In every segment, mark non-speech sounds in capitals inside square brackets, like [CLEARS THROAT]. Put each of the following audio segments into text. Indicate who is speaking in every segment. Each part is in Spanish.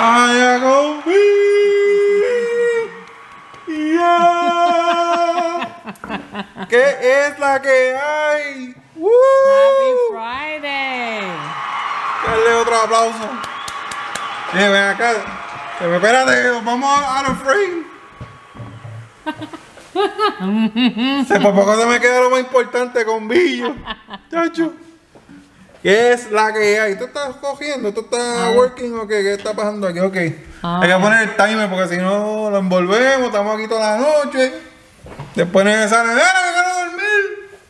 Speaker 1: I am gonna be. Yeah. ¿Qué es la que hay? ¡Woo!
Speaker 2: Happy Friday.
Speaker 1: Dale otro aplauso. Eh, ven acá. Eh, espérate, vamos a- out of frame. se, por poco se me queda lo más importante con Billo. Chacho. ¿Qué es la que hay? ¿Tú estás cogiendo? ¿Tú estás working o qué? ¿Qué está pasando aquí? Ok.
Speaker 2: Ah.
Speaker 1: Hay que poner el timer porque si no lo envolvemos, estamos aquí toda la noche. Después nos sale, ¡Eh, que quiero dormir!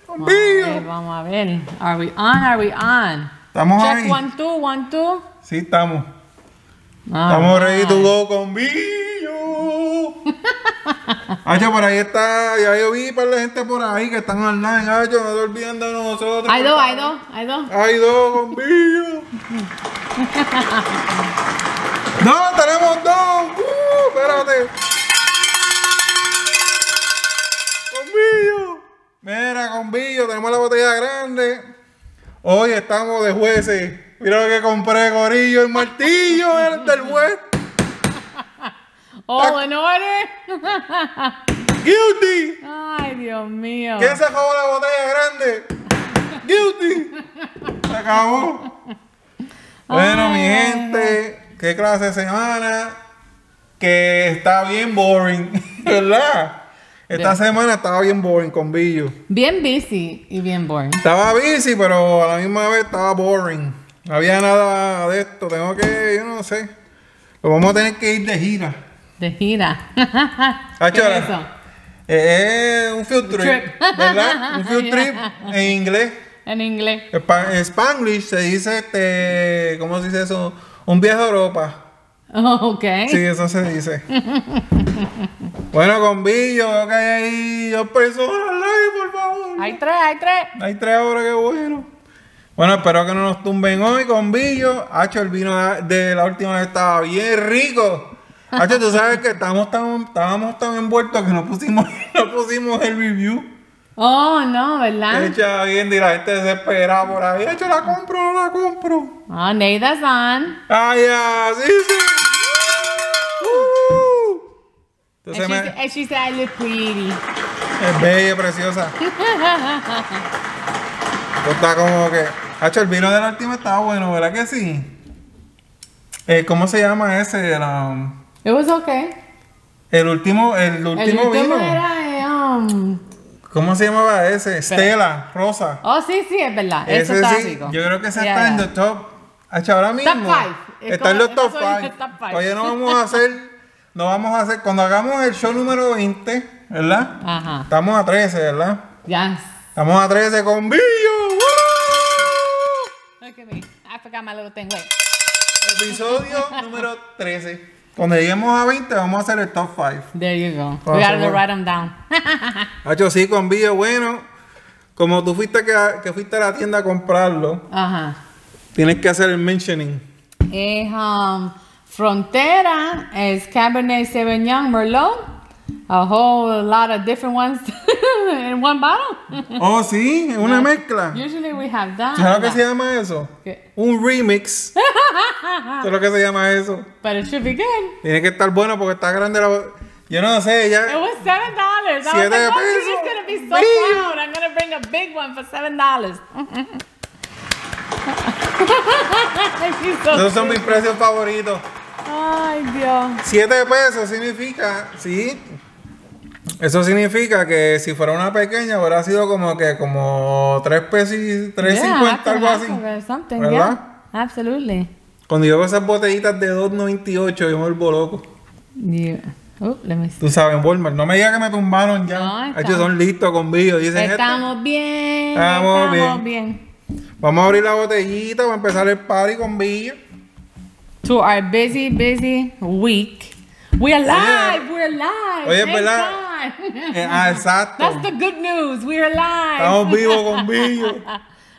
Speaker 1: ¡Con
Speaker 2: Vamos a ver,
Speaker 1: Billo!
Speaker 2: vamos a ver. Are we on? Are we on?
Speaker 1: Estamos
Speaker 2: Check
Speaker 1: ahí.
Speaker 2: one, two, one, two. Ah,
Speaker 1: Sí, estamos.
Speaker 2: All
Speaker 1: Estamos ready
Speaker 2: right.
Speaker 1: to go con
Speaker 2: [LAUGHS]
Speaker 1: Billo. Hacho, por ahí está. Ya yo vi para la gente por ahí que están online. Hacho, no se olviden de nosotros.
Speaker 2: Hay dos, hay dos, hay dos.
Speaker 1: Hay dos con Billo. no, tenemos dos. Uh, espérate. Con Billo. Mira, con Billo, tenemos la botella grande. Hoy estamos de jueces. Mira lo que compré, Gorillo, el martillo el del juez.
Speaker 2: All in order. [LAUGHS]
Speaker 1: Guilty.
Speaker 2: Ay, Dios mío.
Speaker 1: ¿Quién se acabó la botella grande? Guilty. Se acabó. Bueno, mi
Speaker 2: Ay, ay,
Speaker 1: gente, qué clase de semana. Que está bien boring, [LAUGHS] ¿verdad? Esta semana estaba bien boring con Billo.
Speaker 2: Bien busy y bien boring.
Speaker 1: Estaba busy, pero a la misma vez estaba boring. No había nada de esto. Tengo que, yo no sé. Lo vamos a tener que ir de gira.
Speaker 2: De
Speaker 1: [LAUGHS]
Speaker 2: gira. ¿Qué
Speaker 1: Achora.
Speaker 2: es eso?
Speaker 1: Eh, eh, un field trip,
Speaker 2: Trip. [LAUGHS]
Speaker 1: ¿verdad? Un field trip en inglés.
Speaker 2: En inglés. [LAUGHS]
Speaker 1: Spa- Spanglish se dice, este, ¿cómo se dice eso? Un viaje a Europa.
Speaker 2: Oh, ok.
Speaker 1: Sí, eso se dice. bueno, con Billo, veo que hay ahí dos personas live, por favor.
Speaker 2: Hay tres, hay tres.
Speaker 1: Hay tres ahora, qué bueno. Bueno, espero que no nos tumben hoy con Billo. Hacho, el vino de la última vez estaba bien rico. Hacho, tú sabes que estamos tan, estábamos tan envueltos que no pusimos, [LAUGHS] no pusimos el review.
Speaker 2: Oh, no, ¿verdad?
Speaker 1: Hecha bien, y la gente desesperada por ahí. Hacho, la compro, no la compro.
Speaker 2: Oh, Neida's on.
Speaker 1: ¡Ay, ya! ¡Sí, sí! Uh.
Speaker 2: And
Speaker 1: Entonces
Speaker 2: she,
Speaker 1: me-
Speaker 2: sa- and she said, I look pretty.
Speaker 1: es bella, preciosa. Esto está como que... Hacho, el vino de la última estaba bueno, ¿verdad que sí? Eh, ¿Cómo se llama ese? La-
Speaker 2: It was okay.
Speaker 1: el último, el último
Speaker 2: El último
Speaker 1: vino.
Speaker 2: era, eh, um,
Speaker 1: ¿Cómo se llamaba ese? Stella, rosa.
Speaker 2: Oh, sí, sí, es verdad. Eso
Speaker 1: ese
Speaker 2: está
Speaker 1: sí,
Speaker 2: rico.
Speaker 1: yo creo que ese
Speaker 2: Yeah,
Speaker 1: está en
Speaker 2: yeah.
Speaker 1: los top. Hacho, ahora mismo.
Speaker 2: five. Es
Speaker 1: Está en
Speaker 2: como-
Speaker 1: los top
Speaker 2: esos son los
Speaker 1: 5.
Speaker 2: top five.
Speaker 1: Oye, no vamos a hacer. No vamos a hacer. Cuando hagamos el show número 20, ¿verdad?
Speaker 2: Ajá.
Speaker 1: Estamos a 13, ¿verdad?
Speaker 2: Yes.
Speaker 1: Estamos a 13 con Billo. ¡Woo!
Speaker 2: Look at me. Ah, I forgot my little thing. Wait.
Speaker 1: Episodio número 13. Cuando lleguemos a 20, vamos a hacer el top 5.
Speaker 2: There you go.
Speaker 1: Por
Speaker 2: we gotta
Speaker 1: favor.
Speaker 2: write them down. [LAUGHS]
Speaker 1: Hacho, sí, con Billo, bueno. Como tú fuiste que, que fuiste a la tienda a comprarlo,
Speaker 2: Ajá.
Speaker 1: tienes que hacer el mentioning.
Speaker 2: Es um, Frontera, es Cabernet Sauvignon Merlot, a whole lot of different ones [LAUGHS] in one bottle.
Speaker 1: Oh, sí, es una mezcla.
Speaker 2: Usually we have that.
Speaker 1: ¿Sabes lo que se llama eso?
Speaker 2: ¿Qué?
Speaker 1: Un remix. ¿Sabes lo que se llama eso?
Speaker 2: But it should be good.
Speaker 1: Tiene que estar bueno porque está grande la. bo- Yo no sé,
Speaker 2: It
Speaker 1: ya.
Speaker 2: was seven dollars. I was
Speaker 1: Siete
Speaker 2: like, oh,
Speaker 1: pesos.
Speaker 2: she's gonna be so
Speaker 1: Damn.
Speaker 2: proud. I'm gonna bring a big one for seven dollars. [LAUGHS] She's so
Speaker 1: Esos son
Speaker 2: cute.
Speaker 1: mis precios favoritos.
Speaker 2: Ay, Dios.
Speaker 1: Siete pesos significa, sí. Eso significa que si fuera una pequeña hubiera sido como que como tres pesos y tres
Speaker 2: Yeah,
Speaker 1: cincuenta, algo
Speaker 2: half
Speaker 1: así.
Speaker 2: and half or Something,
Speaker 1: ¿Verdad?
Speaker 2: yeah. Absolutely.
Speaker 1: Cuando yo veo esas botellitas de 2.98 yo me vuelvo loco.
Speaker 2: Yeah. Oh, let me see.
Speaker 1: Tú sabes, en Walmart. No me digas que me tumbaron ya.
Speaker 2: No, está-
Speaker 1: Ellos son listos con vídeo. Dicen "Este-
Speaker 2: Estamos bien.
Speaker 1: Estamos
Speaker 2: Estamos,
Speaker 1: bien.
Speaker 2: bien.
Speaker 1: Vamos a abrir la botellita, va a empezar el party con Villa.
Speaker 2: To our busy, busy week. We're alive. we're alive.
Speaker 1: Oye, es
Speaker 2: Thank
Speaker 1: verdad.
Speaker 2: God.
Speaker 1: Eh, ah, exacto.
Speaker 2: [LAUGHS] That's the good news. We're alive.
Speaker 1: Estamos vivos con
Speaker 2: [LAUGHS]
Speaker 1: Billo.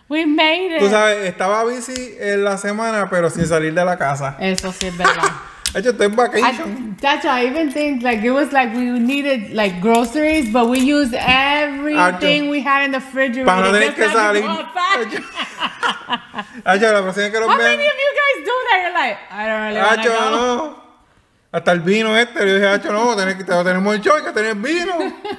Speaker 2: We made it.
Speaker 1: Tú sabes, estaba bici en la semana, pero sin salir de la casa.
Speaker 2: Eso sí es verdad.
Speaker 1: [LAUGHS] De hecho, estoy en vacation.
Speaker 2: I, that's I even think like it was like we needed like groceries, but we used everything we had in the refrigerator.
Speaker 1: Ah, Para no tener
Speaker 2: just
Speaker 1: que
Speaker 2: not to
Speaker 1: salir.
Speaker 2: go outside.
Speaker 1: Ay, yo, Ah, la próxima vez que los
Speaker 2: [LAUGHS] How many
Speaker 1: vean.
Speaker 2: of you guys do there, you're like, I don't really want to
Speaker 1: Hacho,
Speaker 2: go.
Speaker 1: no. Hasta el vino este, yo dije, Hacho, no, tenés que, tenemos el show, hay que tener vino.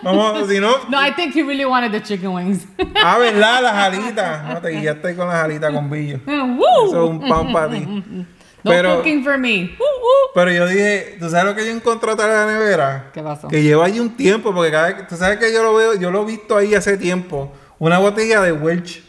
Speaker 1: Vamos, si no,
Speaker 2: No, I think he really wanted the chicken wings. [LAUGHS]
Speaker 1: a verdad, las alitas. No, te guillaste con las alitas con billo. Eso
Speaker 2: Woo!
Speaker 1: es un pan para ti.
Speaker 2: No
Speaker 1: Pero,
Speaker 2: cooking for me. Woo, woo.
Speaker 1: pero yo dije, ¿tú sabes lo que yo encontré atrás de la nevera?
Speaker 2: ¿Qué pasó?
Speaker 1: Que lleva ahí un tiempo, porque cada vez que, tú sabes que yo lo veo, yo lo he visto ahí hace tiempo. Una botella de Welch.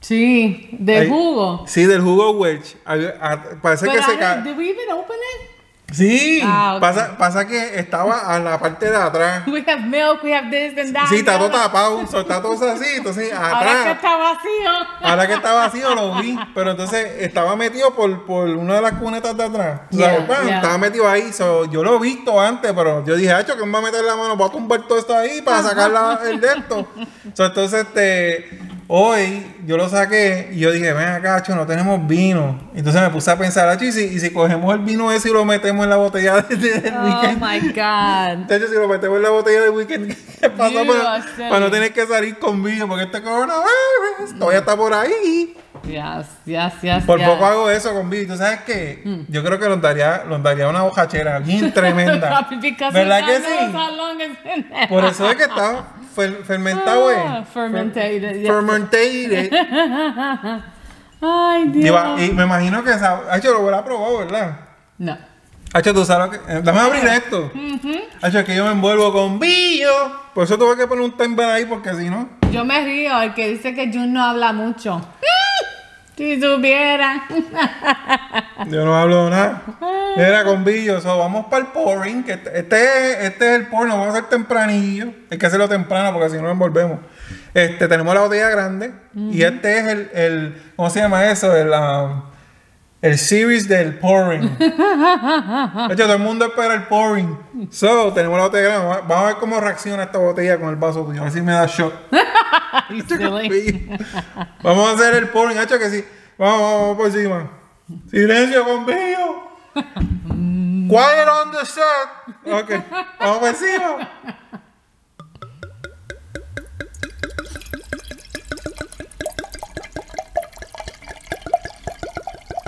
Speaker 2: Sí, de
Speaker 1: Ahí-
Speaker 2: jugo.
Speaker 1: Sí, del jugo Welch. Ahí- a- Parece
Speaker 2: But
Speaker 1: que
Speaker 2: I
Speaker 1: se
Speaker 2: don't-
Speaker 1: cae.
Speaker 2: did we even open it?
Speaker 1: Sí,
Speaker 2: Ah, ok.
Speaker 1: pasa, pasa que estaba a la parte de atrás.
Speaker 2: We have milk, we have this and that.
Speaker 1: Sí,
Speaker 2: and the
Speaker 1: está todo
Speaker 2: other.
Speaker 1: tapado, so, está todo así, entonces
Speaker 2: Ahora que
Speaker 1: atrás.
Speaker 2: está vacío.
Speaker 1: Ahora que está vacío lo vi, pero entonces estaba metido por, por una de las cunetas de atrás. O sea,
Speaker 2: Yeah,
Speaker 1: pam,
Speaker 2: yeah.
Speaker 1: Estaba metido ahí, so, yo lo he visto antes, pero yo dije, hacho, que me va a meter la mano, voy a tumbar todo esto ahí para sacar la- el de esto. So, entonces, este, hoy yo lo saqué y yo dije, ven acá, hacho, no tenemos vino. Entonces me puse a pensar, hacho, y si, y si cogemos el vino ese y lo metemos en la botella de- de- del
Speaker 2: Oh
Speaker 1: weekend.
Speaker 2: my God.
Speaker 1: Entonces, si lo metemos en la botella de weekend, [LAUGHS] ¿qué pasa?
Speaker 2: You are
Speaker 1: Para,
Speaker 2: silly.
Speaker 1: para no tener que salir con vídeo, porque este coronavirus todavía está por ahí.
Speaker 2: Yes, yes, yes.
Speaker 1: Por
Speaker 2: yes.
Speaker 1: poco hago eso con vídeo. ¿Tú sabes qué? Yo creo que nos daría, nos daría una hojachera bien
Speaker 2: [LAUGHS]
Speaker 1: [LAUGHS] tremenda.
Speaker 2: Because
Speaker 1: ¿Verdad
Speaker 2: ¿Verdad
Speaker 1: que
Speaker 2: knows
Speaker 1: sí?
Speaker 2: how long it's been [LAUGHS] there.
Speaker 1: Por eso es que está fer- fermentado, eh.
Speaker 2: Ah, fermented, yeah.
Speaker 1: Fermented.
Speaker 2: [LAUGHS] Ay,
Speaker 1: Y,
Speaker 2: Dios.
Speaker 1: va- y me imagino que esa. Hacho, lo hubiera probado, ¿verdad?
Speaker 2: No.
Speaker 1: Hacho, tú sabes lo que. eh, Dame abrir esto. Hacho, es que yo me envuelvo con billo. Por eso tuve que poner un timer ahí, porque si no.
Speaker 2: Yo me río, el que dice que Jun no habla mucho. [LAUGHS] Si supiera. [LAUGHS]
Speaker 1: Yo no hablo nada. Era con billo, so, vamos para el pouring. Que este, este es- este es el porno, vamos a hacer tempranillo. Hay que hacerlo temprano porque si no nos envolvemos. Este, tenemos la botella grande. Y este es el, el- ¿Cómo se llama eso? El, um, el series del pouring. De hecho, todo el mundo espera el pouring. So, tenemos la botella grande. Vamos a- Vamos a ver cómo reacciona esta botella con el vaso tuyo. A ver si me da shock.
Speaker 2: You [LAUGHS]
Speaker 1: [LAUGHS]
Speaker 2: silly.
Speaker 1: Sí. Vamos a hacer el pouring, hacho que sí. Vamos, vamos, vamos por encima. Silencio, bombillo. Quiet on the set. Ok, vamos por encima.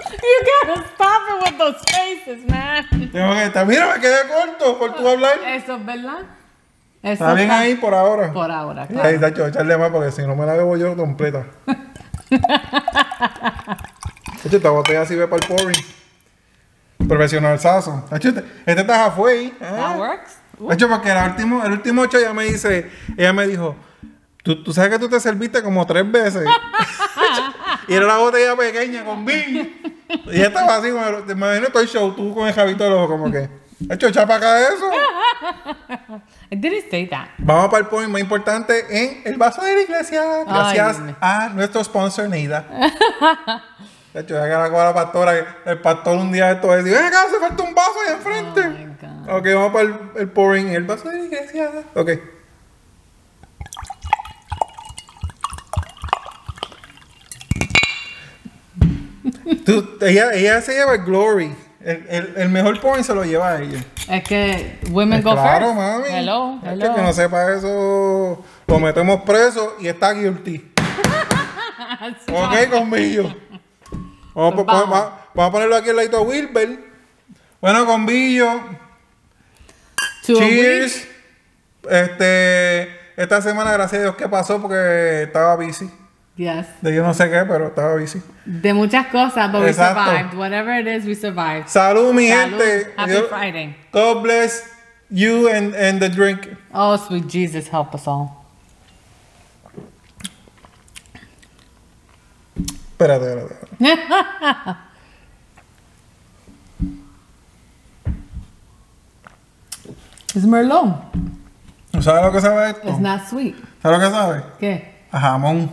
Speaker 2: You gotta stop it with those faces, man.
Speaker 1: Tengo que estar. Mira, me quedé corto por tu hablar.
Speaker 2: Eso es verdad. Eso
Speaker 1: Está bien ahí por ahora.
Speaker 2: por ahora, claro.
Speaker 1: Ahí, tacho, echarle más porque si no me la bebo yo completa. Tacho, esta botella sirve para el pouring. Profesional sazo. Tacho, Este este está afuera ahí. Ah.
Speaker 2: That works.
Speaker 1: De hecho, porque el último, el último ocho ella me dice, ella me dijo, tú, tú sabes que tú te serviste como tres veces. [LAUGHS] y era la botella pequeña con vino. Y ella estaba así, como, te imagino estoy show, tú con el jabito loco, como que, de hecho, echa para acá eso.
Speaker 2: I didn't say that.
Speaker 1: Vamos para el point más importante en el vaso de la iglesia. Gracias
Speaker 2: Dios mío.
Speaker 1: a nuestro sponsor
Speaker 2: [LAUGHS]
Speaker 1: Neida. De hecho, ya que la coja la pastora, el pastor un día de todo dice, ven acá, hace falta un vaso ahí enfrente.
Speaker 2: Oh my God.
Speaker 1: Ok, vamos para el, el pouring, el vaso de la iglesia. Ok. Tú- ella, ella se lleva el glory. El, el- el mejor pouring se lo lleva a ella.
Speaker 2: Es que women go
Speaker 1: Pues claro,
Speaker 2: first.
Speaker 1: mami.
Speaker 2: Hello,
Speaker 1: Es
Speaker 2: hello.
Speaker 1: que, que no sepa eso, lo metemos preso y está guilty.
Speaker 2: Oh, [LAUGHS]
Speaker 1: ok, conmigo. Vamos,
Speaker 2: Pues
Speaker 1: pa- pa-
Speaker 2: vamos.
Speaker 1: va- vamos a ponerlo aquí al ladito a Wilber. Bueno, convillo.
Speaker 2: To a week.
Speaker 1: Cheers. Este, esta semana, gracias a Dios, ¿qué pasó? Porque estaba busy.
Speaker 2: Yes.
Speaker 1: De yo no sé qué, pero estaba busy.
Speaker 2: De muchas cosas, but we
Speaker 1: Exacto.
Speaker 2: survived. Whatever it is, we survived.
Speaker 1: Salud, mi
Speaker 2: Salud.
Speaker 1: gente.
Speaker 2: Happy
Speaker 1: Dios-
Speaker 2: Friday.
Speaker 1: God bless you and, and the drink.
Speaker 2: Oh, sweet Jesus, help us all. [LAUGHS]
Speaker 1: Espérate, espérate. espérate.
Speaker 2: It's Merlot.
Speaker 1: ¿Sabes lo que sabe esto?
Speaker 2: It's not sweet.
Speaker 1: ¿Sabes lo que sabe?
Speaker 2: ¿Qué?
Speaker 1: A jamón.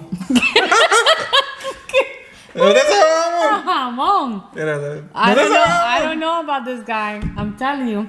Speaker 1: ¿No te sabemos?
Speaker 2: Jamón.
Speaker 1: Espérate.
Speaker 2: I
Speaker 1: ¿No te
Speaker 2: don't know. I
Speaker 1: sabemos?
Speaker 2: don't know about this guy. I'm telling you.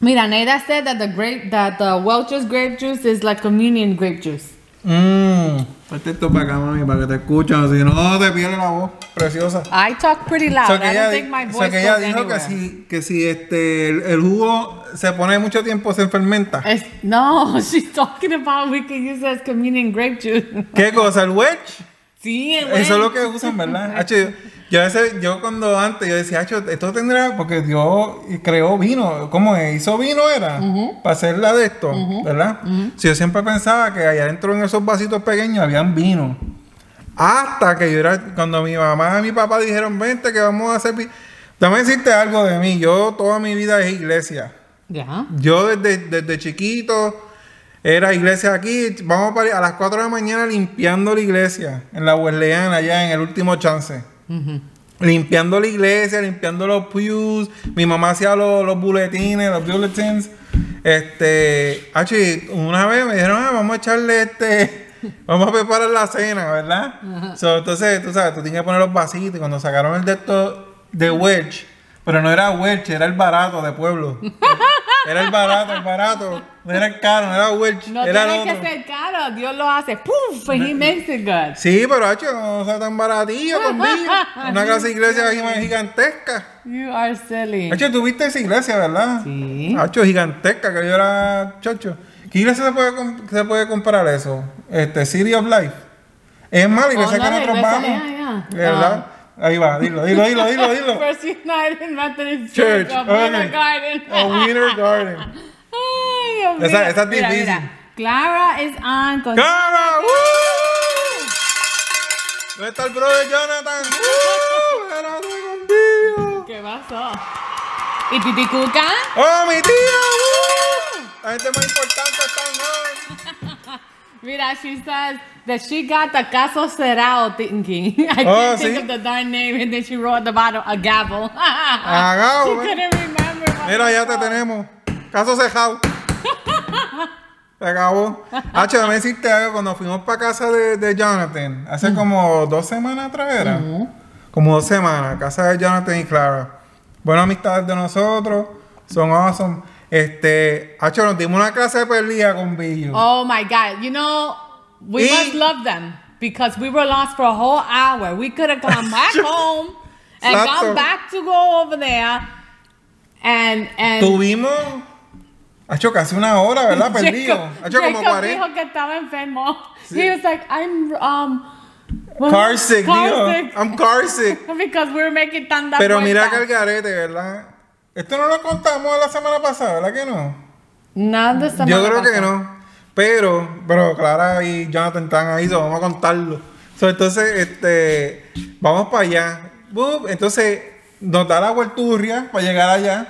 Speaker 2: Mira, Neida said that the grape that the Welch's grape juice is like communion grape juice.
Speaker 1: Mmm. Ponte esto para acá, mami, para que te escuchen. Si no, te pierde la voz. Preciosa.
Speaker 2: I talk pretty loud.
Speaker 1: O sea, que
Speaker 2: I
Speaker 1: ella
Speaker 2: don't
Speaker 1: di-
Speaker 2: think my
Speaker 1: o sea,
Speaker 2: voice
Speaker 1: que ella
Speaker 2: goes
Speaker 1: dijo
Speaker 2: anywhere.
Speaker 1: que si, que si este, el, el jugo se pone mucho tiempo se fermenta.
Speaker 2: It's- no, [LAUGHS] she's talking about we can use it as communion grape juice. [LAUGHS]
Speaker 1: ¿Qué cosa? ¿El wedge?
Speaker 2: sí,
Speaker 1: Eso es lo que usan, ¿verdad? Hacho, yo- Yo, a veces- yo cuando antes, yo decía, "Acho, esto tendrá, porque Dios creó vino, ¿cómo es? Hizo vino era, para hacer la de esto, ¿verdad? Si yo siempre pensaba que allá adentro en esos vasitos pequeños habían vino. Hasta que yo era, cuando mi mamá y mi papá dijeron, vente que vamos a hacer... También decirte algo de mí, yo toda mi vida es iglesia.
Speaker 2: Ya.
Speaker 1: Yo desde, desde chiquito era iglesia aquí. Vamos para, a las 4 de la mañana limpiando la iglesia en la Wesleyana, allá en el último chance.
Speaker 2: Ujú.
Speaker 1: Limpiando la iglesia, limpiando los pews. Mi mamá hacía los, los boletines, los bulletins. Este, acho, y una vez me dijeron, ah, vamos a echarle este. [LAUGHS] Vamos a preparar la cena, ¿verdad? So, entonces, tú sabes, tú tienes que poner los vasitos. Y Cuando sacaron el de esto de Welch, pero no era Welch, era el barato de
Speaker 2: [LAUGHS]
Speaker 1: pueblo. Era el barato, el barato. No era el caro, no era Welch.
Speaker 2: No
Speaker 1: era el
Speaker 2: tiene que
Speaker 1: otro.
Speaker 2: ser caro. Dios lo hace. Poof, and he makes it good.
Speaker 1: Sí, pero hacho, no sea tan baratillo
Speaker 2: [LAUGHS]
Speaker 1: conmigo. Una casa de iglesia gima- gigantesca.
Speaker 2: You are silly.
Speaker 1: Hacho, tú viste esa iglesia, ¿verdad?
Speaker 2: Sí.
Speaker 1: Hacho, gigantesca, que yo era chacho. ¿Qué iglesia se puede, com- se puede comparar eso? Este, City of Life. Es más, la iglesia
Speaker 2: Oh, no,
Speaker 1: que
Speaker 2: la
Speaker 1: nosotros
Speaker 2: iglesia, Ah.
Speaker 1: vamos.
Speaker 2: ya, ya.
Speaker 1: ¿Verdad? Ahí va, dilo, dilo, dilo, dilo,
Speaker 2: [LAUGHS]
Speaker 1: dilo.
Speaker 2: First United Methodist
Speaker 1: Church.
Speaker 2: Church of
Speaker 1: ok.
Speaker 2: Winter Garden.
Speaker 1: A Winter Garden.
Speaker 2: [LAUGHS] Ay, Dios mío.
Speaker 1: Esa- esa es
Speaker 2: Mira,
Speaker 1: difícil.
Speaker 2: mira. Clara is on. Con...
Speaker 1: ¡Cara! ¡Woo! ¿Dónde está el brother Jonathan?
Speaker 2: [LAUGHS]
Speaker 1: ¡Woo! ¡Carajo contigo!
Speaker 2: ¿Qué pasó? ¿Y Titi Cuca?
Speaker 1: ¡Oh, mi tío! ¡Woo! La gente más importante está en hoy.
Speaker 2: Mira, she says that she got the caso cerrado thinking. [LAUGHS] I can't
Speaker 1: Oh,
Speaker 2: think
Speaker 1: sí.
Speaker 2: of the darn name, and then she wrote at the bottom a gavel. [LAUGHS]
Speaker 1: Agao,
Speaker 2: she
Speaker 1: eh.
Speaker 2: couldn't remember. what
Speaker 1: Mira,
Speaker 2: it
Speaker 1: ya te
Speaker 2: was.
Speaker 1: tenemos. Caso cejado. Se acabó. Hacho, déjame decirte algo. Cuando fuimos para casa de, de Jonathan, hace como dos semanas atrás era. Como dos semanas, casa de Jonathan y Clara. Buenas amistades de nosotros. Son awesome. Este, Hacho, nos dimos una clase de perlilla con Billo.
Speaker 2: Oh my God! You know we
Speaker 1: Y-
Speaker 2: must love them because we were lost for a whole hour. We could have
Speaker 1: [LAUGHS]
Speaker 2: gone back home and
Speaker 1: Exacto.
Speaker 2: gone back to go over there and and.
Speaker 1: Tuvimos, Hacho, casi una hora,
Speaker 2: [LAUGHS]
Speaker 1: ¿verdad? Perdido.
Speaker 2: Jacob,
Speaker 1: Hacho, como
Speaker 2: Jacob
Speaker 1: 40.
Speaker 2: dijo que estaba enfermo.
Speaker 1: Sí.
Speaker 2: He was like, I'm um, what-
Speaker 1: Car sick,
Speaker 2: car
Speaker 1: dijo.
Speaker 2: sick.
Speaker 1: I'm car sick.
Speaker 2: Because we were making tanda
Speaker 1: Pero mira que
Speaker 2: vuelta.
Speaker 1: el garete, ¿verdad? Esto no lo contamos la semana pasada, ¿verdad que no?
Speaker 2: Nada de semana
Speaker 1: Yo creo que
Speaker 2: pasada.
Speaker 1: no. Pero, pero Clara y Jonathan están ahí, so vamos a contarlo. So, entonces, este, vamos para allá. Bup, Entonces, nos da la vuelturria para llegar allá.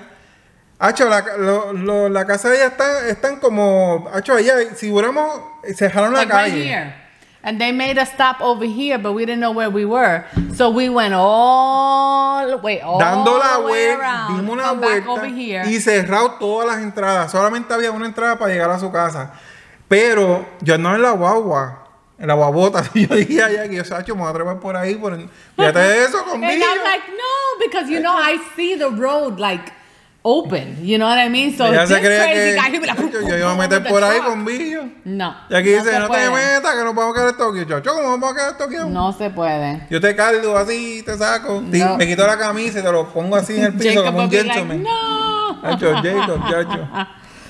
Speaker 1: Hacho, la, ca- lo- lo- la casa de ella está, están como, Hacho, allá, si hubiéramos, se dejaron la
Speaker 2: Like right
Speaker 1: calle.
Speaker 2: here. And they made us stop over here, but we didn't know where we were. So we went all the way, all
Speaker 1: dando la
Speaker 2: the Oh, way
Speaker 1: vuelta,
Speaker 2: around,
Speaker 1: dimos una
Speaker 2: come back
Speaker 1: vuelta
Speaker 2: over here.
Speaker 1: y cerrado todas las entradas. Solamente había una entrada para llegar a su casa. Pero yo andaba en la guagua, en la guabota. [LAUGHS] Yo dije allá que yo, Sacho, me voy a trepar por ahí. Por... Fíjate de eso
Speaker 2: and [LAUGHS]
Speaker 1: conmigo.
Speaker 2: I'm like, no, because you know, I see the road like open. You know what I mean? So
Speaker 1: Ella
Speaker 2: this
Speaker 1: se creía
Speaker 2: crazy
Speaker 1: que
Speaker 2: guy, he be like, [LAUGHS]
Speaker 1: Sacho, yo
Speaker 2: "Vroom,
Speaker 1: iba a
Speaker 2: vroom,
Speaker 1: meter
Speaker 2: vroom,
Speaker 1: por
Speaker 2: the
Speaker 1: ahí
Speaker 2: truck."
Speaker 1: con Billo.
Speaker 2: No.
Speaker 1: Y aquí
Speaker 2: se
Speaker 1: dice, no te
Speaker 2: puede.
Speaker 1: metas, que nos vamos a quedar en Tokio. Chacho, ¿cómo vamos a quedar en Tokio?
Speaker 2: No se puede.
Speaker 1: Yo te cargo así, te saco. Ti-
Speaker 2: No.
Speaker 1: Me quito la camisa y te lo pongo así en el piso
Speaker 2: Jacob
Speaker 1: como
Speaker 2: will
Speaker 1: un
Speaker 2: be like,
Speaker 1: gentleman.
Speaker 2: no.
Speaker 1: Chacho, Jacob, chacho.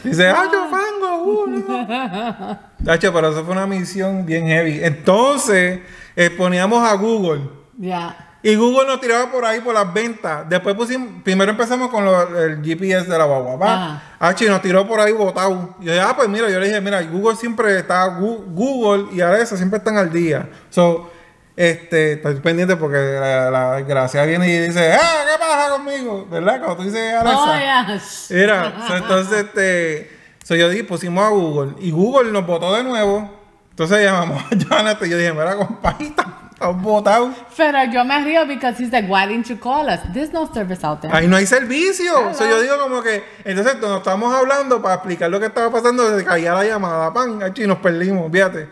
Speaker 1: Dice, ¡Hacho, fango! uh, no". Chacho, pero eso fue una misión bien heavy. Entonces, eh, poníamos a Google.
Speaker 2: [LAUGHS] Yeah.
Speaker 1: Y Google nos tiraba por ahí por las ventas. Después pusimos, primero empezamos con lo- el GPS de la guagua. ¿va?
Speaker 2: Ajá.
Speaker 1: Hacho, y nos tiró por ahí botado. Y yo dije, ah, pues mira, yo le dije, mira, Google siempre está, Gu- Google y Alexa siempre están al día. So, este, estoy pendiente porque la, la desgracia viene y dice, ah, ¿qué pasa conmigo? ¿Verdad? Cuando tú dices "Ah, Alexa.
Speaker 2: Oh, yes. [LAUGHS]
Speaker 1: Mira, so, entonces este, so, yo dije, pusimos a Google y Google nos votó de nuevo. Entonces llamamos a [LAUGHS] Jonathan y yo dije, mira, compadre, [LAUGHS] estamos votados.
Speaker 2: Pero yo me río because he's like, why didn't you call us? There's no service out there.
Speaker 1: Ahí no hay servicio. So, yo digo como que, entonces nos estamos hablando para explicar lo que estaba pasando, se caía la llamada, pan, acho, y nos perdimos, fíjate.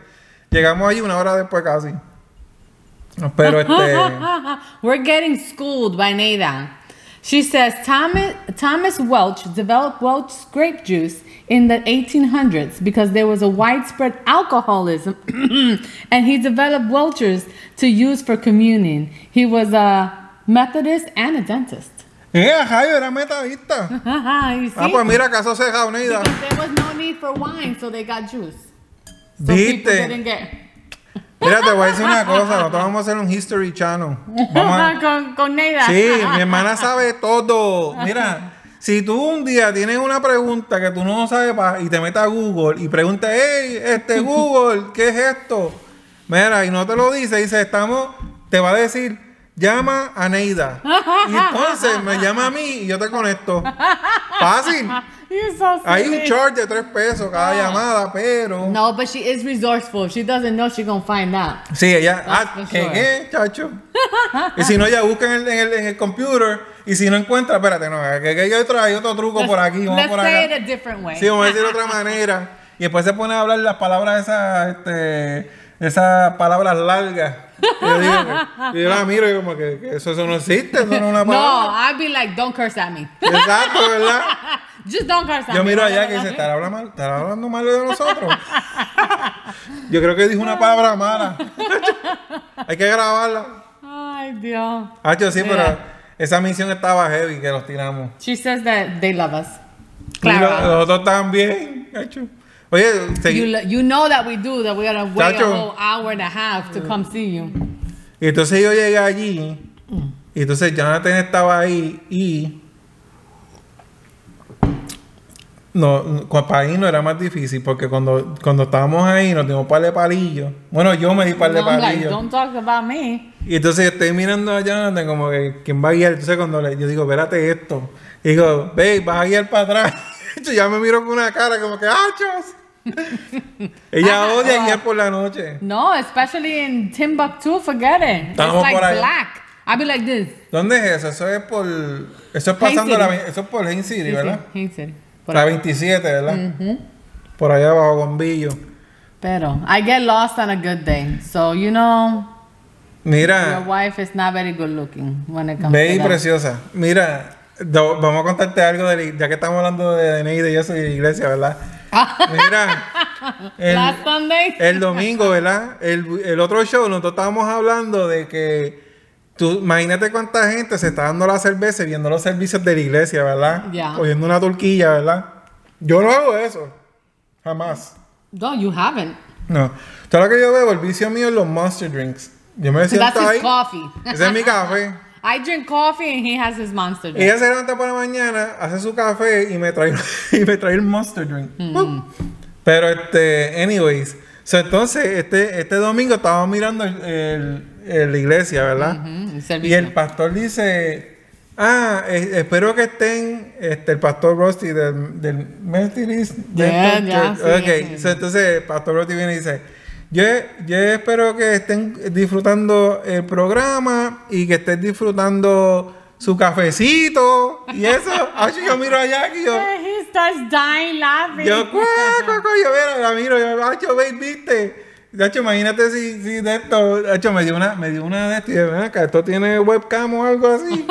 Speaker 1: Llegamos allí una hora después casi. Pero
Speaker 2: [LAUGHS]
Speaker 1: este,
Speaker 2: We're getting schooled by Nada. She says Thomas, Thomas Welch developed Welch grape juice in the 1800s because there was a widespread alcoholism, [CLEARS THROAT] and he developed Welchers to use for communion. He was a Methodist and a dentist. [LAUGHS]
Speaker 1: eh, Jairo era metadista.
Speaker 2: you see?
Speaker 1: Ah, pues mira, caso se unida.
Speaker 2: Because there was no need for wine, so they got juice. So people [LAUGHS]
Speaker 1: Viste.
Speaker 2: didn't get.
Speaker 1: Mira, te voy a decir una cosa, nosotros vamos a hacer un History Channel. Vamos a-
Speaker 2: [LAUGHS] con, con Neida.
Speaker 1: Sí,
Speaker 2: [LAUGHS]
Speaker 1: mi hermana sabe todo. Mira, si tú un día tienes una pregunta que tú no sabes pa- y te metes a Google y preguntas, hey, este Google, ¿qué es esto? Mira, y no te lo dice, dice, estamos, te va a decir, llama a Neida. Y entonces me llama a mí y yo te conecto. Fácil.
Speaker 2: You're so
Speaker 1: Hay un
Speaker 2: silly.
Speaker 1: charge de tres pesos cada llamada, pero...
Speaker 2: No, but she is resourceful. If she doesn't know, she gonna find out.
Speaker 1: Sí, ella.
Speaker 2: That's
Speaker 1: ah,
Speaker 2: for
Speaker 1: ¿qué,
Speaker 2: sure.
Speaker 1: qué, chacho? y si no, ella busca en el, en el, en el computer y si no encuentra, espérate, no, que, que yo traigo otro truco por aquí, vamos
Speaker 2: Let's
Speaker 1: por
Speaker 2: say it
Speaker 1: acá.
Speaker 2: a different way.
Speaker 1: Sí, vamos a decir de otra manera. Y después se pone a hablar las palabras esas, este, esas palabras largas. Y yo, digo, que- y yo la miro y yo como que, que eso, eso no existe, eso no es una
Speaker 2: no,
Speaker 1: palabra.
Speaker 2: I'd be like, don't curse at me. [LAUGHS]
Speaker 1: Exacto, ¿verdad?
Speaker 2: Just don't curse at
Speaker 1: Yo
Speaker 2: me.
Speaker 1: miro allá que dice, ¿estará hablando mal, estará hablando mal de nosotros? Yo creo que dijo una palabra mala. Hay que grabarla.
Speaker 2: Ay, Dios.
Speaker 1: Ah, yo sí, pero
Speaker 2: Mira.
Speaker 1: esa misión estaba heavy que los tiramos.
Speaker 2: She says that they love us.
Speaker 1: Y lo-
Speaker 2: Clara.
Speaker 1: los otros también, cacho. Oye, segui-
Speaker 2: You, lo- you know that we do, that we gotta wait
Speaker 1: Chacho.
Speaker 2: a whole hour and a half to come see you.
Speaker 1: y entonces yo llegué allí,
Speaker 2: Mm.
Speaker 1: y entonces Jonathan estaba ahí y... No, no, cu- para ahí no era más difícil, porque cuando, cuando estábamos ahí nos dimos un par de palillos. Bueno, yo me di un par de
Speaker 2: I'm like,
Speaker 1: palillos.
Speaker 2: don't talk about me.
Speaker 1: Y entonces estoy mirando a Jonathan como que, ¿quién va a guiar? Entonces cuando le, yo digo, espérate esto. Y digo, babe, vas a guiar para atrás. [LAUGHS] Yo ya me miro con una cara como que, ¡achos! [LAUGHS] Ella
Speaker 2: Ajá,
Speaker 1: odia
Speaker 2: wow.
Speaker 1: guiar por la noche.
Speaker 2: No, especially in Timbuktu, forget it.
Speaker 1: Estamos
Speaker 2: it's like
Speaker 1: por ahí.
Speaker 2: black. I'd be like this.
Speaker 1: ¿Dónde es eso? Eso es por... Eso es pasando
Speaker 2: Haines
Speaker 1: la...
Speaker 2: City.
Speaker 1: ve- Eso es por Haines City,
Speaker 2: Sí, sí,
Speaker 1: ¿verdad?
Speaker 2: hated. Por
Speaker 1: La
Speaker 2: ahí. Mm.
Speaker 1: 27, ¿verdad? Por allá abajo, bombillo.
Speaker 2: Pero, I get lost on a good day. So, you know, your
Speaker 1: Mira,
Speaker 2: wife is not very good looking when it comes
Speaker 1: baby
Speaker 2: to that.
Speaker 1: preciosa. Mira, do- vamos a contarte algo de... la- Ya que estamos hablando de Neida y eso y de la iglesia,
Speaker 2: [LAUGHS]
Speaker 1: ¿verdad? Mira. el-
Speaker 2: Last Sunday?
Speaker 1: El domingo, ¿verdad? El, el otro show, nosotros estábamos hablando de que. Tú, imagínate cuánta gente se está dando la cerveza y viendo los servicios de la iglesia, ¿verdad?
Speaker 2: Ya.
Speaker 1: O viendo una turquilla, ¿verdad? Yo no hago eso. Jamás.
Speaker 2: No, you haven't.
Speaker 1: No. Todo lo que yo veo, el vicio mío es los monster drinks. Yo me
Speaker 2: That's
Speaker 1: siento ahí.
Speaker 2: his coffee.
Speaker 1: Ese es mi café.
Speaker 2: [LAUGHS] I drink coffee and he has his monster drink.
Speaker 1: Ella se levanta por la mañana, hace su café y me trae, [LAUGHS] y me trae el monster drink. ¡Pum! Pero este, anyways. So, entonces, este, este domingo estábamos mirando el, el- el- la iglesia, ¿verdad?
Speaker 2: Mm, el
Speaker 1: Eh, Y
Speaker 2: servicio.
Speaker 1: el pastor dice, ah, eh, espero que estén, este, el pastor Rusty del, del Methodist
Speaker 2: Ya,
Speaker 1: Dental
Speaker 2: ya,
Speaker 1: Church.
Speaker 2: sí,
Speaker 1: Ok,
Speaker 2: ese.
Speaker 1: so, entonces el pastor Rusty viene y dice, yo, yo espero que estén disfrutando el programa y que estén disfrutando su cafecito y eso. [LAUGHS] Ay, yo miro allá que yo...
Speaker 2: Yeah, Eh, he starts dying laughing.
Speaker 1: Yo, cuá, cuá, cuá, yo mira, la miro, yo, macho, ve, viste. De hecho, imagínate si, si de esto, de hecho, me dio una, me dio una de estas y dije, "Ven acá, esto tiene webcam o algo así.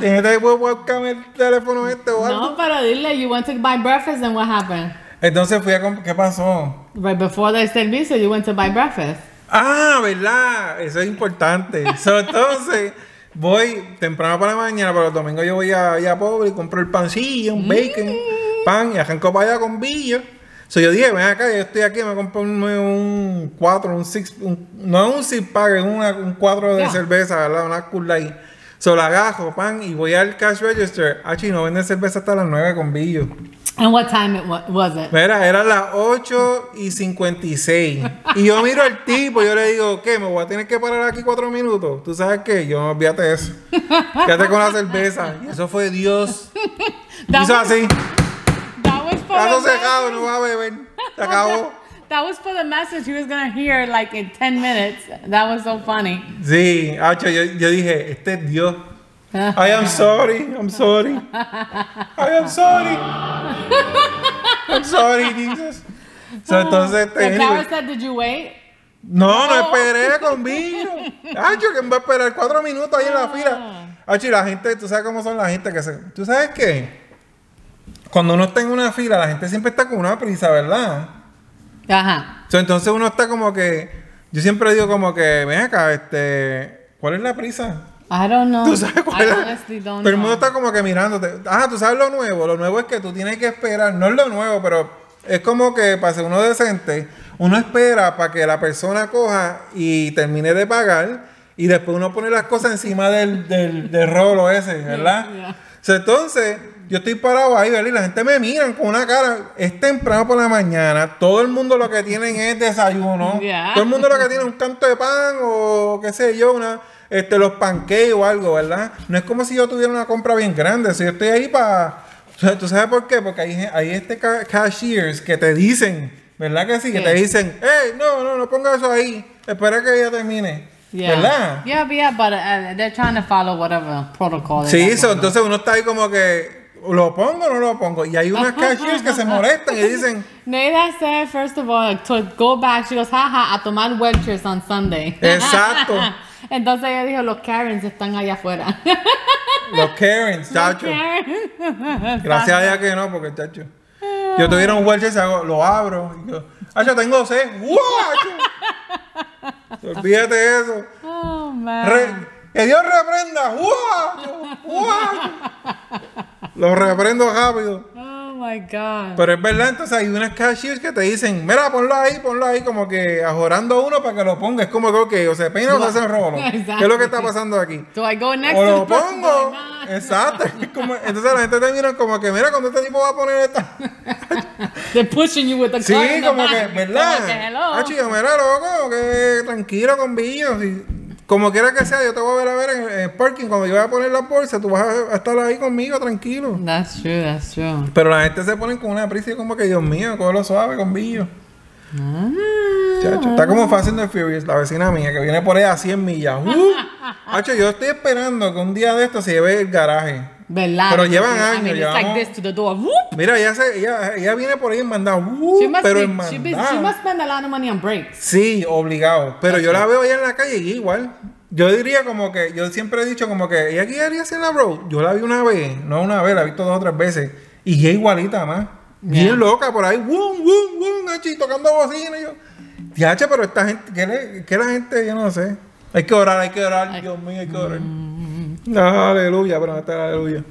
Speaker 1: tiene de web- webcam el teléfono este o algo.
Speaker 2: [LAUGHS] no, pero dile, you went to buy breakfast and what happened?
Speaker 1: Entonces fui a comp- ¿qué pasó?
Speaker 2: Right before the servicio, you went to buy breakfast.
Speaker 1: Ah, ¿verdad? Eso es importante. So, entonces, voy temprano para la mañana, pero el domingo yo voy a, a pobre y compro el pancillo, un bacon, pan y arranco para allá con billo. So, yo dije, ven acá, yo estoy aquí, me compro un- un 4, un 6, no es un 6 pack, es una- un 4 de
Speaker 2: Ya.
Speaker 1: cerveza, ¿verdad? Una cool ahí. So, la agajo, pan, y voy al cash register. Ah, chino, venden cerveza hasta las 9 con billo.
Speaker 2: And what time it wa- was it?
Speaker 1: Mira, eran las 8 y 56. Y yo miro al tipo, yo le digo, ¿qué? ¿Me voy a tener que parar aquí cuatro minutos? ¿Tú sabes qué? Yo, olvídate eso. Quédate con la cerveza. Y eso fue Dios.
Speaker 2: That
Speaker 1: Hizo
Speaker 2: was,
Speaker 1: así.
Speaker 2: that was for
Speaker 1: Caso
Speaker 2: the
Speaker 1: cerrado, no va a beber. Se acabó.
Speaker 2: [LAUGHS] That was for the message he was gonna hear like in 10 minutes. That was so funny.
Speaker 1: Sí, hacho, yo, yo dije, este es Dios.
Speaker 2: [LAUGHS]
Speaker 1: I am sorry, I'm sorry. I am sorry. I'm sorry, Jesus. So, entonces, este,
Speaker 2: And Clara
Speaker 1: anyway.
Speaker 2: said, Did you wait?
Speaker 1: No, no
Speaker 2: No.
Speaker 1: esperé con billo. Hacho, que me va a esperar cuatro minutos ahí en la fila. Hacho, y la gente, tú sabes cómo son la gente que se. ¿Tú sabes qué? Cuando uno está en una fila, la gente siempre está con una prisa, ¿verdad?
Speaker 2: Ajá.
Speaker 1: So, entonces uno está como que. Yo siempre digo como que, ven acá, este. ¿Cuál es la prisa?
Speaker 2: I don't know.
Speaker 1: ¿Tú sabes cuál
Speaker 2: I
Speaker 1: es?
Speaker 2: honestly don't
Speaker 1: Todo el mundo
Speaker 2: know.
Speaker 1: está como que mirándote. Ah, tú sabes lo nuevo. Lo nuevo es que tú tienes que esperar. No es lo nuevo, pero Es como que para ser uno decente, uno espera para que la persona coja y termine de pagar y después uno pone las cosas encima del, del, del rolo ese, ¿verdad?
Speaker 2: [LAUGHS] Yeah.
Speaker 1: O sea, entonces, yo estoy parado ahí, ¿verdad? Y la gente me miran con una cara. Es temprano por la mañana. Todo el mundo lo que tienen es desayuno.
Speaker 2: Ya.
Speaker 1: Todo el mundo lo que tiene es un canto de pan o qué sé yo, una, este, los panqueos o algo, ¿verdad? No es como si yo tuviera una compra bien grande. Si yo estoy ahí para. ¿Tú sabes por qué? Porque hay, gen- hay este ca- cashiers que te dicen, ¿verdad que sí? Que
Speaker 2: Sí.
Speaker 1: te dicen, hey, no, no, no ponga eso ahí. Espera que ella termine.
Speaker 2: Yeah.
Speaker 1: ¿Verdad?
Speaker 2: Yeah, but yeah, but uh, they're trying to follow whatever protocol. they
Speaker 1: Sí,
Speaker 2: have
Speaker 1: eso,
Speaker 2: going on.
Speaker 1: entonces uno está ahí como que, ¿lo pongo o no lo pongo? Y hay
Speaker 2: [LAUGHS]
Speaker 1: unas cashiers que se molestan y dicen,
Speaker 2: Neida said, first of all, to go back, she goes, jaja, a tomar Welchers on Sunday.
Speaker 1: Exacto.
Speaker 2: [LAUGHS] Entonces ella dijo, los Karens están allá afuera. [LAUGHS]
Speaker 1: los Karens, chacho.
Speaker 2: Karen. [LAUGHS]
Speaker 1: Gracias a Dios que no, porque chacho. Yo tuviera un Welchers, hago- lo abro. Y yo, "Ah, yo tengo sed. ¡Wow! chacho! Olvídate de eso.
Speaker 2: Oh, man.
Speaker 1: Re- que Dios reprenda. ¡Wow! Lo reprendo rápido.
Speaker 2: oh, my God.
Speaker 1: Pero es verdad, entonces hay unas cashiers que te dicen, mira, ponlo ahí, ponlo ahí, como que ajorando a uno para que lo ponga. Es como que, ok, o se peina o se hace el rolo.
Speaker 2: Exacto.
Speaker 1: ¿Qué es lo que está pasando aquí?
Speaker 2: Do I go next
Speaker 1: O
Speaker 2: to the [LAUGHS]
Speaker 1: lo
Speaker 2: person?
Speaker 1: pongo.
Speaker 2: Do I not?
Speaker 1: Exacto. es como- entonces la gente te mira como que, mira, cuando este tipo va a poner esta.
Speaker 2: They're pushing you with the
Speaker 1: Sí,
Speaker 2: car in the
Speaker 1: como que,
Speaker 2: back.
Speaker 1: ¿verdad?
Speaker 2: Como que, hello.
Speaker 1: Ah, chico, mira, loco, que tranquilo con billos. como quiera que sea, yo te voy a ver a ver en en el parking. Cuando yo voy a poner la bolsa, tú vas a estar ahí conmigo, tranquilo.
Speaker 2: That's true, that's true.
Speaker 1: Pero la gente se pone con una prisa y como que, Dios mío, lo suave con billo.
Speaker 2: Ah.
Speaker 1: Chacho, está como Fast and the Furious, la vecina mía, que viene por ahí a 100 millas. ¡Uh! Hacho, yo estoy esperando que un día de esto se lleve el garaje.
Speaker 2: ¿Verdad?
Speaker 1: Pero llevan
Speaker 2: I mean,
Speaker 1: años,
Speaker 2: it's
Speaker 1: llevamos-
Speaker 2: like this to the door. Whoop.
Speaker 1: Mira, ella, se, ella, ella viene por ahí en mandado. ¡Uh!
Speaker 2: She must,
Speaker 1: pero
Speaker 2: be-
Speaker 1: en
Speaker 2: she,
Speaker 1: mandado.
Speaker 2: be- she must spend a lot of money on breaks.
Speaker 1: Sí, obligado. Pero yo la veo allá en la calle y igual. Yo diría como que, yo siempre he dicho como que, ¿ella guiaría en la road? Yo la vi una vez, no una vez, la he visto dos o tres veces. Y ella igualita más.
Speaker 2: Yeah.
Speaker 1: Bien loca por ahí, ¡wum, wum, wum! Achi, tocando bocina. Y yo, "Diache, pero esta gente, ¿qué, le- qué la gente? Yo no sé. Hay que orar, hay que orar. Dios mío, hay que orar.
Speaker 2: Mm.
Speaker 1: Aleluya, pero no está el aleluya.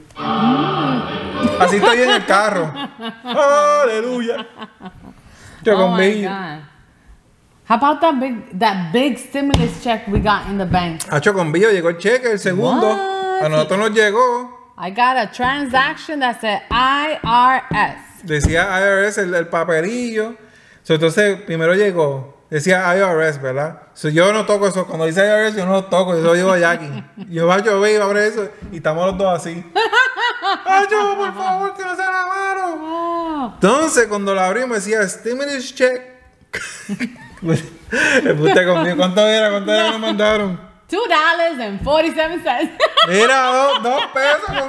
Speaker 1: Así estoy en el
Speaker 2: [LAUGHS]
Speaker 1: carro. Aleluya. Yo
Speaker 2: oh
Speaker 1: con
Speaker 2: my
Speaker 1: Billy.
Speaker 2: God. How about that big that big stimulus check we got in the bank?
Speaker 1: Hacho con Billo llegó el cheque, el segundo.
Speaker 2: What?
Speaker 1: A nosotros nos llegó.
Speaker 2: I got a transaction that said IRS.
Speaker 1: Decía IRS el, el papelillo. So, entonces, primero llegó. Decía IRS, ¿verdad? So, yo no toco eso. Cuando dice IRS, yo no lo toco. Eso llevo a Jackie. Yo va, yo veo y abre eso. Y estamos los dos así. ¡Hacho, por favor, que no sea la mano!
Speaker 2: Oh,
Speaker 1: Entonces, cuando lo abrimos, decía stimulus check. [LAUGHS] El puta conmigo. ¿Cuánto era? ¿Cuánto era que nos mandaron?
Speaker 2: two dollars and forty-seven cents. [LAUGHS]
Speaker 1: Mira, dos, dos pesos conmigo.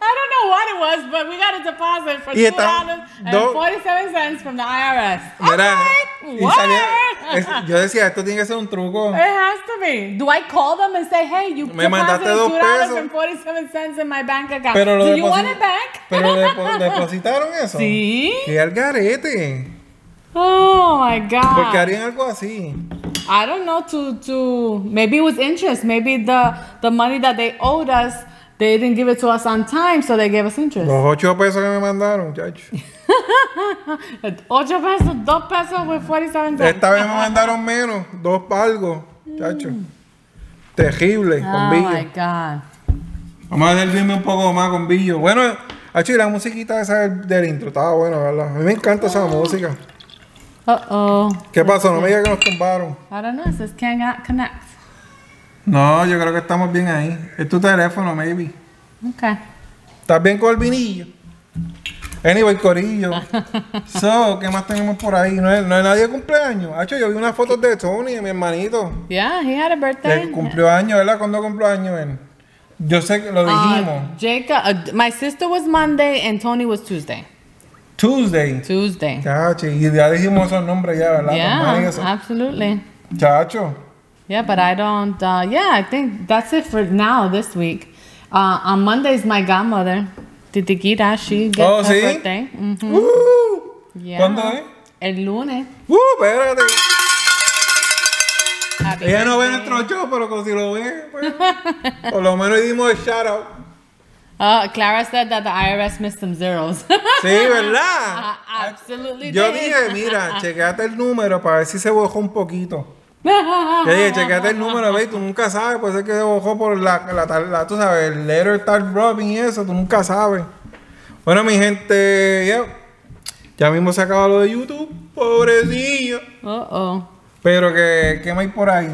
Speaker 2: I don't know what it was, but we got a deposit for
Speaker 1: Y
Speaker 2: two
Speaker 1: está-
Speaker 2: dollars
Speaker 1: do-
Speaker 2: and forty-seven cents from the IRS.
Speaker 1: Mira,
Speaker 2: Alright,
Speaker 1: y
Speaker 2: what?
Speaker 1: salía- es- yo decía, esto tiene que ser un truco.
Speaker 2: It has to be. Do I call them and say, hey, you
Speaker 1: Me mandaste
Speaker 2: deposited
Speaker 1: dos
Speaker 2: two dollars
Speaker 1: pesos.
Speaker 2: and forty-seven cents in my bank account.
Speaker 1: Pero lo
Speaker 2: Do you want
Speaker 1: deposi-
Speaker 2: it back?
Speaker 1: Pero
Speaker 2: [LAUGHS]
Speaker 1: depo- depositaron eso.
Speaker 2: See?
Speaker 1: Que al garete.
Speaker 2: Oh my god.
Speaker 1: Porque harían algo así.
Speaker 2: I don't know to to maybe it was interest. Maybe the the money that they owed us, they didn't give it to us on time, so they gave us interest.
Speaker 1: Los ocho pesos que me mandaron, chacho.
Speaker 2: Ocho pesos, dos pesos with forty-seven cents.
Speaker 1: Esta vez me mandaron menos, dos palgos, chacho.
Speaker 2: Mm.
Speaker 1: Terrible, con
Speaker 2: Oh my
Speaker 1: billo.
Speaker 2: god.
Speaker 1: Vamos a servirme un poco más con billo. Bueno, chacho, y la musiquita esa del, del intro estaba buena, ¿verdad? A mí me encanta esa música.
Speaker 2: Uh oh.
Speaker 1: ¿Qué pasó? No me digas que nos tumbaron.
Speaker 2: I don't know. It says cannot connect.
Speaker 1: No, yo creo que estamos bien ahí. Es tu teléfono, maybe.
Speaker 2: Okay.
Speaker 1: ¿Estás bien con el vinillo? Anyway,
Speaker 2: [LAUGHS]
Speaker 1: Corillo. So, ¿qué más tenemos por ahí? No hay, no hay nadie de cumpleaños. Hacho, yo vi unas fotos de Tony, de mi hermanito.
Speaker 2: Yeah, he had a birthday.
Speaker 1: Que cumplió años, ¿verdad? ¿Cuándo cumplió años él? Yo sé que lo dijimos.
Speaker 2: Uh, Jacob, uh, my sister was Monday and Tony was Tuesday.
Speaker 1: Tuesday.
Speaker 2: Tuesday.
Speaker 1: Chacho, y ya dijimos esos nombres ya, ¿verdad? Tomás y
Speaker 2: Yeah, Ah.
Speaker 1: eso.
Speaker 2: absolutely.
Speaker 1: Chacho.
Speaker 2: Yeah, but I don't. Uh, yeah, I think that's it for now this week. Uh, on Monday's my godmother, Titiquita. She gets
Speaker 1: Oh,
Speaker 2: her
Speaker 1: sí?
Speaker 2: birthday. Mm,
Speaker 1: Uh,
Speaker 2: yeah.
Speaker 1: ¿Cuándo es?
Speaker 2: El lunes.
Speaker 1: Uh, espérate.
Speaker 2: Happy
Speaker 1: Ella no ve
Speaker 2: birthday. [LAUGHS]
Speaker 1: nuestro show, pero como si lo ve, pues, por lo menos dimos el shout out.
Speaker 2: Uh, Clara said that the IRS missed some zeros. [LAUGHS]
Speaker 1: Sí, ¿verdad?
Speaker 2: Ah, absolutely
Speaker 1: Yo
Speaker 2: did. [LAUGHS]
Speaker 1: dije, mira, chequeate el número para ver si se bojó un poquito. Yo dije, chequeate el número, ve, tú nunca sabes, puede ser que se bojó por la, la, tal- la- tú sabes, el letter start dropping y eso, tú nunca sabes. Bueno, mi gente, ya- ya mismo se acaba lo de YouTube, pobrecillo.
Speaker 2: Uh oh.
Speaker 1: Pero que, ¿qué más hay por ahí?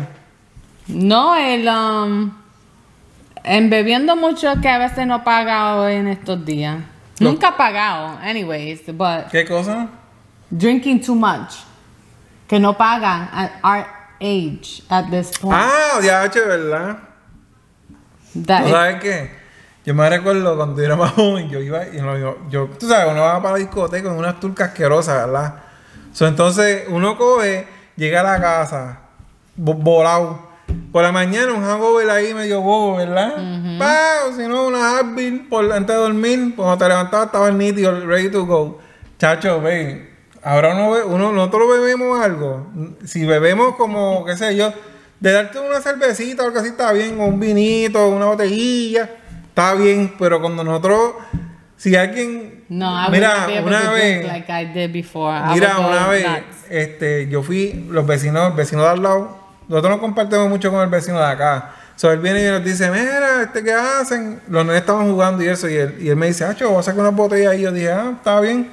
Speaker 2: No, el um, embebiendo mucho que a veces no paga hoy en estos días.
Speaker 1: No.
Speaker 2: Nunca ha pagado, anyways, but
Speaker 1: ¿Qué cosa?
Speaker 2: drinking too much. Que no pagan at our age at this point.
Speaker 1: Ah, DH, ¿verdad?
Speaker 2: That
Speaker 1: ¿Tú
Speaker 2: is-
Speaker 1: sabes qué? Yo me recuerdo cuando yo era más joven, yo iba, y no, yo, yo- tú sabes, uno va para la discoteca con unas turcas asquerosas, ¿verdad? So, entonces, uno coge, llega a la casa, vo- volado. Por la mañana un hangover ahí medio bobo, ¿verdad? Pa, o si no, una Advil por antes de dormir, pues, cuando te levantabas estaba nítido, ready to go. Chacho, ve, ahora uno, be- uno, nosotros bebemos algo. Si bebemos como, qué sé yo, de darte una cervecita o algo así está bien, o un vinito, una botellilla, está bien, pero cuando nosotros, si alguien...
Speaker 2: no, ah, I would
Speaker 1: mira,
Speaker 2: not be able
Speaker 1: una
Speaker 2: to
Speaker 1: vez...
Speaker 2: drink like I did before. I
Speaker 1: Mira,
Speaker 2: would go
Speaker 1: una vez,
Speaker 2: nuts.
Speaker 1: este, yo fui, los vecinos, el vecino de al lado, nosotros no compartimos mucho con el vecino de acá. So, él viene y nos dice, mira, este, ¿qué hacen? Los nenes estaban jugando y eso, y él, y él me dice, ah, voy a sacar una botella ahí. Yo dije, ah, está bien,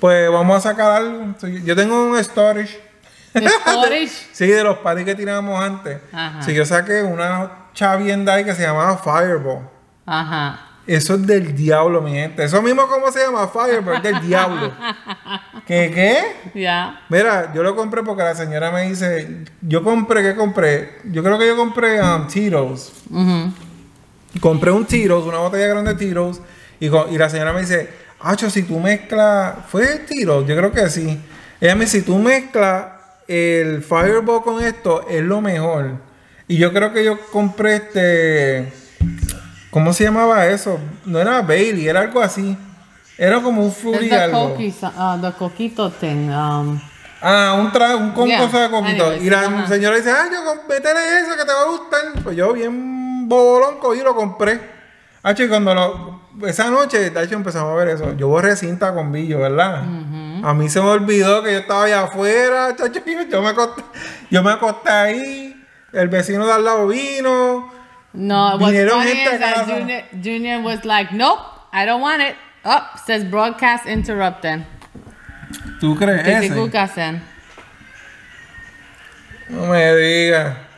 Speaker 1: pues vamos a sacar algo. So, yo- yo tengo un storage,
Speaker 2: The storage.
Speaker 1: sí, de los paris que tirábamos antes.
Speaker 2: Ajá.
Speaker 1: Si yo saqué una chavienda ahí que se llamaba Fireball.
Speaker 2: Ajá.
Speaker 1: Eso es del diablo, mi gente. Eso mismo, ¿cómo se llama? Fireball, es del diablo. ¿Qué, qué?
Speaker 2: Yeah.
Speaker 1: Mira, yo lo compré porque la señora me dice, yo compré, ¿qué compré? Yo creo que yo compré um, Tito's.
Speaker 2: Mhm.
Speaker 1: Compré un Tito's, una botella grande de Tito's. Y, co- y la señora me dice, Acho, si tú mezclas, ¿fue Tito's? Yo creo que sí. Ella me dice, si tú mezclas el Fireball con esto, es lo mejor. Y yo creo que yo compré este, ¿cómo se llamaba eso? No era Bailey, era algo así. Era como un
Speaker 2: It's
Speaker 1: fruity
Speaker 2: The,
Speaker 1: algo.
Speaker 2: cookies, uh, the coquito thing. Um,
Speaker 1: Ah, un trago, un con
Speaker 2: Yeah,
Speaker 1: cosa de coquito.
Speaker 2: anyways,
Speaker 1: y la
Speaker 2: ajá.
Speaker 1: señora dice, ah, yo com- métele eso que te va a gustar. Pues yo bien bobolón cogí y lo compré. Ah, y cuando lo... Esa noche, de hecho, empezamos a ver eso. Yo borré cinta con billo, ¿verdad? A mí se me olvidó que yo estaba allá afuera, chacho, y Yo me acosté, yo me acosté ahí. El vecino de al lado vino.
Speaker 2: No, what's
Speaker 1: Vinieron
Speaker 2: funny
Speaker 1: gente
Speaker 2: is that
Speaker 1: acá.
Speaker 2: Junior, Junior was like, nope, I don't want it. Oh, says broadcast interrupted.
Speaker 1: ¿Tú crees
Speaker 2: Titi
Speaker 1: eso?
Speaker 2: Cuca said.
Speaker 1: No me digas.